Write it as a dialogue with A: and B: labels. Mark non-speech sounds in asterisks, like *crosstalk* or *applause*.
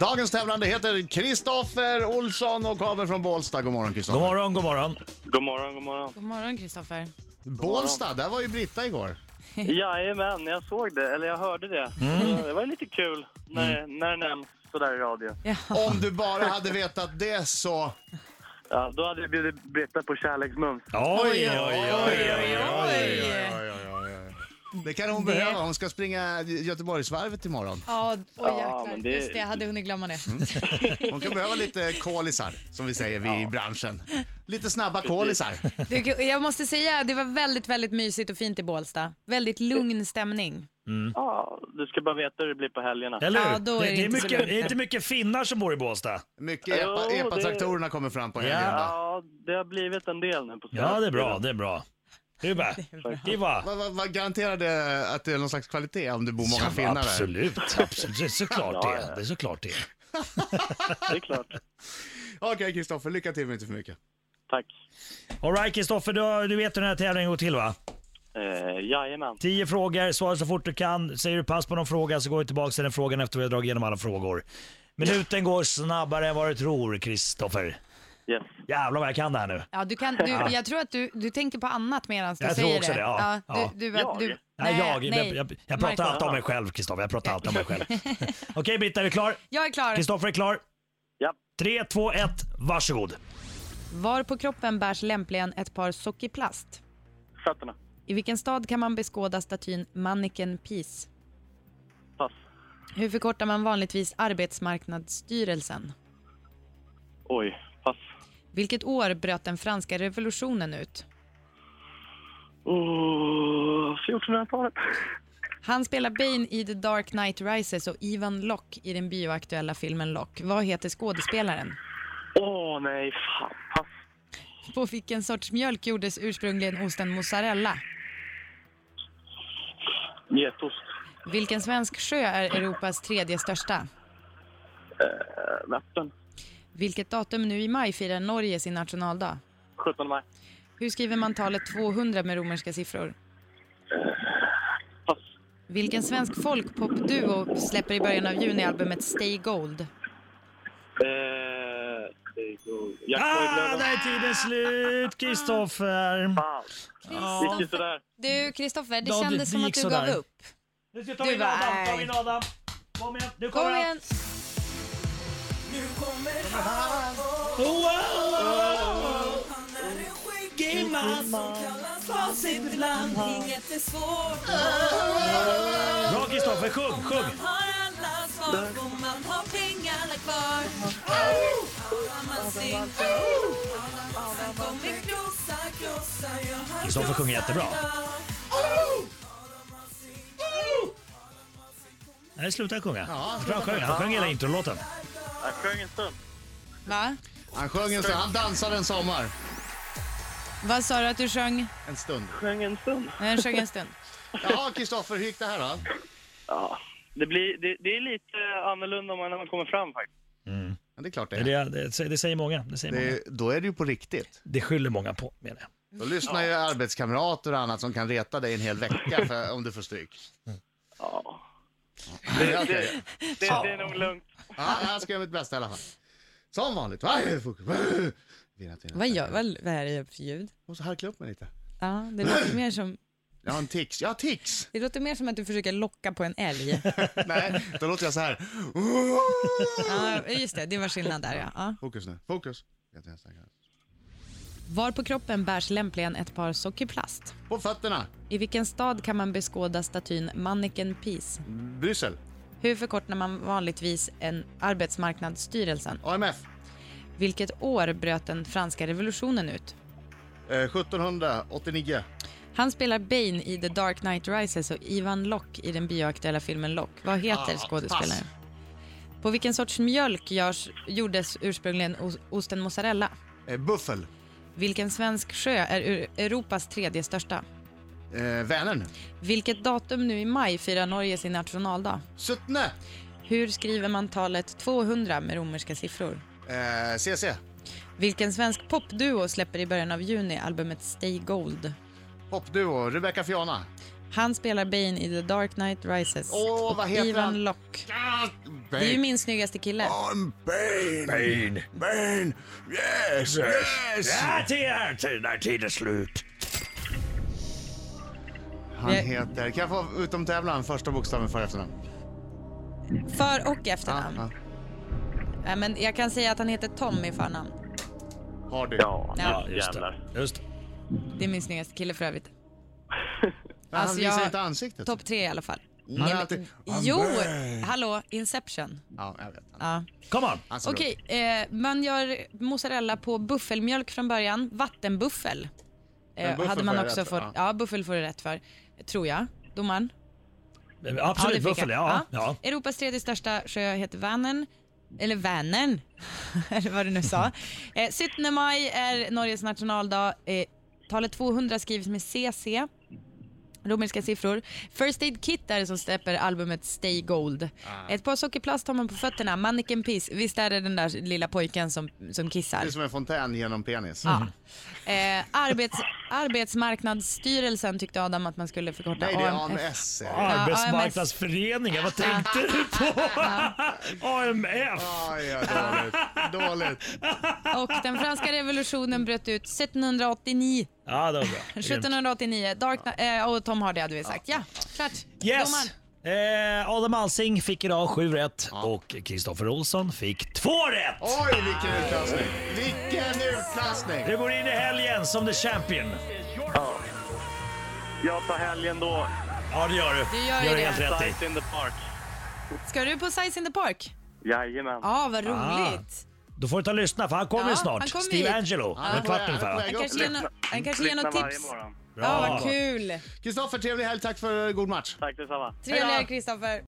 A: Dagens tävlande heter Kristoffer Olsson och kommer från Bålsta. God morgon
B: God
A: Kristoffer.
B: morgon, god morgon.
C: God morgon,
B: *laughs*
C: god morgon.
D: God morgon Kristoffer.
A: Bålsta, där var ju Britta igår.
C: Jajamän, jag såg det, eller jag hörde det.
B: Mm.
C: Så Det var lite kul när, när det nämns sådär i radio.
A: Om du bara hade vetat det så...
C: Ja, då hade jag bjudit Britta på kärleksmums.
B: Oj, oj, oj.
A: Det kan hon
D: Det-
A: behöva. Hon ska springa Göteborgsvarvet imorgon.
D: Ja, åh
C: Ja,
D: jäklar.
C: men det-
D: Just det, jag hade hunnit glömma det.
B: Mm.
D: *laughs*
A: Hon kan behöva lite kolisar, som vi säger vi i branschen. Lite snabba kolisar.
D: Du, jag måste säga, det var väldigt, väldigt mysigt och fint i Bålsta. Väldigt lugn stämning.
C: Ja, du ska bara veta hur det blir på helgerna.
B: Eller hur?
D: Ja, då
B: det,
D: är det
B: det, är
D: inte så
B: mycket,
D: lugnt.
B: det är inte mycket finnar som bor i Båstad.
A: Mycket epa-
C: Jo, det-
A: epa-traktorerna kommer fram på
B: Ja.
A: helgen. då.
C: Ja, det har blivit en del nu på
B: Ja, det är bra, det är bra. Hubbe, Iva.
A: Vad va, va, garanterar det att det är någon slags kvalitet om du bor många finnar där?
B: absolut, absolut. Det är såklart
C: Ja,
B: det.
C: ja.
B: Det är såklart det.
C: Det är
B: *laughs*
C: klart.
A: Okej Kristoffer, lycka till men inte för mycket.
C: Tack.
B: Alright Kristoffer, du, du vet hur den här tävlingen går till va?
C: Eh, jajamän.
B: Tio frågor, svara så fort du kan. Säger du pass på någon fråga så går vi tillbaka till den frågan efter vi har dragit igenom alla frågor. Minuten går snabbare än vad du tror, Kristoffer.
C: Yes.
B: Jävlar vad jag kan det här nu.
D: Ja, du kan, du, jag tror att du, du tänker på annat medan du
B: Jag tror
D: säger
B: också
D: det.
B: det, ja. Ja.
D: du, du, att
C: Jag?
D: Du,
B: Nej, jag, jag,
D: nej.
B: jag, jag pratar
D: Marco.
B: alltid om mig själv, Kristoffer. Jag pratar alltid om mig själv. Okej Britta, är du klar?
D: Jag är klar.
B: Kristoffer är klar.
C: Ja.
B: 3, 2, 1, varsågod.
D: Var på kroppen bärs lämpligen ett par sockerplast?
C: Fötterna.
D: I vilken stad kan man beskåda statyn Mannequin Peace?
C: Pass.
D: Hur förkortar man vanligtvis Arbetsmarknadsstyrelsen?
C: Oj. Pass.
D: Vilket år bröt den franska revolutionen ut?
C: Oh, 1400-talet.
D: Han spelar Bane i The Dark Knight Rises och Ivan Locke i den bioaktuella filmen Locke. Vad heter skådespelaren?
C: Åh, nej. Fan. Pass.
D: På vilken sorts mjölk gjordes ursprungligen osten mozzarella?
C: Getost.
D: Vilken svensk sjö är Europas tredje största?
C: Eh, Vättern.
D: Vilket datum nu i maj firar Norge sin nationaldag?
C: 17 maj.
D: Hur skriver man talet 200 med romerska siffror?
C: Pass.
D: Vilken svensk folkpopduo släpper i början av juni albumet Stay Gold?
C: Eh, det går- Jack
B: Ah,
C: Boyd-lördag.
B: där är tiden slut, Kristoffer.
C: Fan. Gick ju sådär.
D: Du, Kristoffer, det
B: Ja, det-
D: kändes
B: det
D: som att
B: gick
D: du
B: sådär.
D: gav upp.
B: Nu ska vi ta
D: Du
B: in
D: var
B: Adam, ta
D: arg.
B: in Adam. Kom igen, nu
D: Kom
B: kommer han.
D: igen!
E: Nu kommer han, han är en skäggig man som kallas facit ibland. Inget är svårt,
B: Bra Kristoffer, sjung, sjung.
E: man har alla svar och man har pengarna kvar. Alla man ser, alla man kommer krossa, krossa, ja han
B: Kristoffer sjunger
E: krossar
B: jättebra.
E: allt.
B: Nej, sluta sjunga. Jag tror han sjöng. Han sjöng hela introlåten.
C: Jag sjöng en stund.
D: Va?
A: Han sjöng en stund, han dansade en sommar.
D: Vad sa du att du sjöng?
A: En stund.
C: Sjöng en stund.
D: Nej, jag sjöng en stund.
A: Jaha Kristoffer, hur gick det här då?
C: Ja. Det, blir, det, det är lite annorlunda om man- när man kommer fram faktiskt.
A: Ja, det är klart det
B: Det,
A: är.
B: det, det, det säger många. Det, säger många.
A: Det, då är det ju på riktigt.
B: det skyller många på, menar jag.
A: Då lyssnar ju arbetskamrater och annat som kan reta dig en hel vecka för, om du får stryk.
D: Mm.
C: Ja.
A: Det, okay.
C: Det, det är nog lugnt.
A: ja, jag ska göra mitt bästa i alla fall. Som vanligt. Va? Vinna till-
D: *laughs* Vad, gör, vad, vad är det för ljud?
A: Och så harkla upp mig lite.
D: Ja, det låter mer som...
A: Jag har en tics. Jag har tics!
D: Det låter mer som att du försöker locka på en älg.
A: Nej, då låter jag så här.
D: *laughs* Ja, just det, det var skillnad där ja. ja.
A: Fokus nu. Fokus.
D: Var på kroppen bärs lämpligen ett par sockerplast?
A: På fötterna.
D: I vilken stad kan man beskåda statyn Mannequin Peace?
A: Bryssel.
D: Hur förkortar man vanligtvis en Arbetsmarknadsstyrelsen?
A: AMF.
D: Vilket år bröt den franska revolutionen ut?
A: Eh, 1789.
D: Han spelar Bane i The Dark Knight Rises och Ivan Locke i den bioaktuella filmen Locke. Vad heter
A: Ah,
D: skådespelaren? På vilken sorts mjölk görs, gjordes ursprungligen os- osten mozzarella?
A: Eh, buffel.
D: Vilken svensk sjö är ur- Europas tredje största?
A: Eh, Vänern.
D: Vilket datum nu i maj firar Norge sin nationaldag?
A: Suttne.
D: Hur skriver man talet 200 med romerska siffror?
A: Eh, CC.
D: Vilken svensk popduo släpper i början av juni albumet Stay Gold?
A: Popduo. Rebecca Fiona.
D: Han spelar Bane i The Dark Knight Rises.
A: Åh, vad heter
D: Ivan
A: han?
D: Locke.
A: Ah,
D: Det är ju
A: Bane.
D: min snyggaste kille.
A: I'm Bane.
B: Bane.
A: Bane. Yes, yes.
B: Ja, det är tid, när tid är slut.
A: Han heter... Kan jag få utomtävlan första bokstaven för efternamn?
D: För och
A: Ja,
D: efternamn.
A: ja.
D: Nej, men jag kan säga att han heter Tom i förnamn.
A: Har du?
C: Ja,
D: Ja,
B: just det.
C: jävlar.
B: Just det.
D: Det är min snyggaste kille för övrigt.
A: Men han
D: Alltså,
A: visar
D: jag-
A: inte ansiktet.
D: Topp tre i alla fall.
A: har
D: Nej, men-
A: alltid-
D: Jo,
A: I'm back.
D: hallå, Inception.
A: Ja, jag vet.
D: Ja.
B: Come on.
A: Han ser bra
D: Okej, eh, man gör mozzarella på buffelmjölk från början. Vattenbuffel. Eh,
A: Men buffel
D: hade man
A: får jag
D: också
A: rätt för,
D: fått. Ja, buffel får du rätt för. Tror jag. Domaren?
B: Eh, Absolut,
D: det fick
B: buffel.
D: jag.
B: Ja, ja.
D: Europas tredje största sjö heter Vänern. Eller Vänern, *laughs* eller vad du nu sa.
B: *laughs*
D: Eh, 17 maj är Norges nationaldag. Eh, talet 200 skrivs med CC. Romerska siffror. First Aid Kit är det som släpper albumet Stay Gold.
B: Ah.
D: Ett par sockerplast har man på fötterna. Mannequin Piss. Visst är det den där lilla pojken som, som kissar?
A: Det är som en fontän genom penis.
D: Eh, arbets, arbetsmarknadsstyrelsen tyckte Adam att man skulle förkorta
A: Nej, det är
D: AMF.
A: AMS. är det.
B: Arbetsmarknadsföreningar, vad tänkte du
D: *laughs*
B: på? AMF.
A: Aj, ja, dåligt. dåligt.
D: Och den franska revolutionen bröt ut 1789.
B: Ja, det
D: *laughs*
B: var bra.
D: 1789. Dark, eh, och Tom Hardy hade vi sagt. Ja, klart. Domaren.
B: Yes! Eh, Adam Alsing fick idag sju rätt och Kristoffer Olsson fick två rätt.
A: Oj, vilken utklassning. Vilken utklassning.
B: Du går in i helgen som the champion.
C: Jag tar helgen då.
B: Ja, det gör du.
D: Du gör ju
B: gör du
D: det.
B: helt rätt i.
C: Sight in the park.
D: Ska du på Size in the Park?
C: Jajamän.
D: Ja, vad roligt.
B: Då får du ta och lyssna för han kommer
D: Ja,
B: snart.
D: han kommer
B: Steve
D: hit.
B: Angelo.
A: han
B: Om en
A: är
B: kvart
A: på-
B: ungefär. va?
A: han är
D: Han
A: Ja.
D: kanske ger, no- han kanske ger
C: Lyssna
D: något
C: varje
D: tips.
C: morgon.
D: Ja, vad kul.
A: Kristoffer, trevlig helg. Tack för god match.
C: Tack detsamma.
D: Trevligare Kristoffer.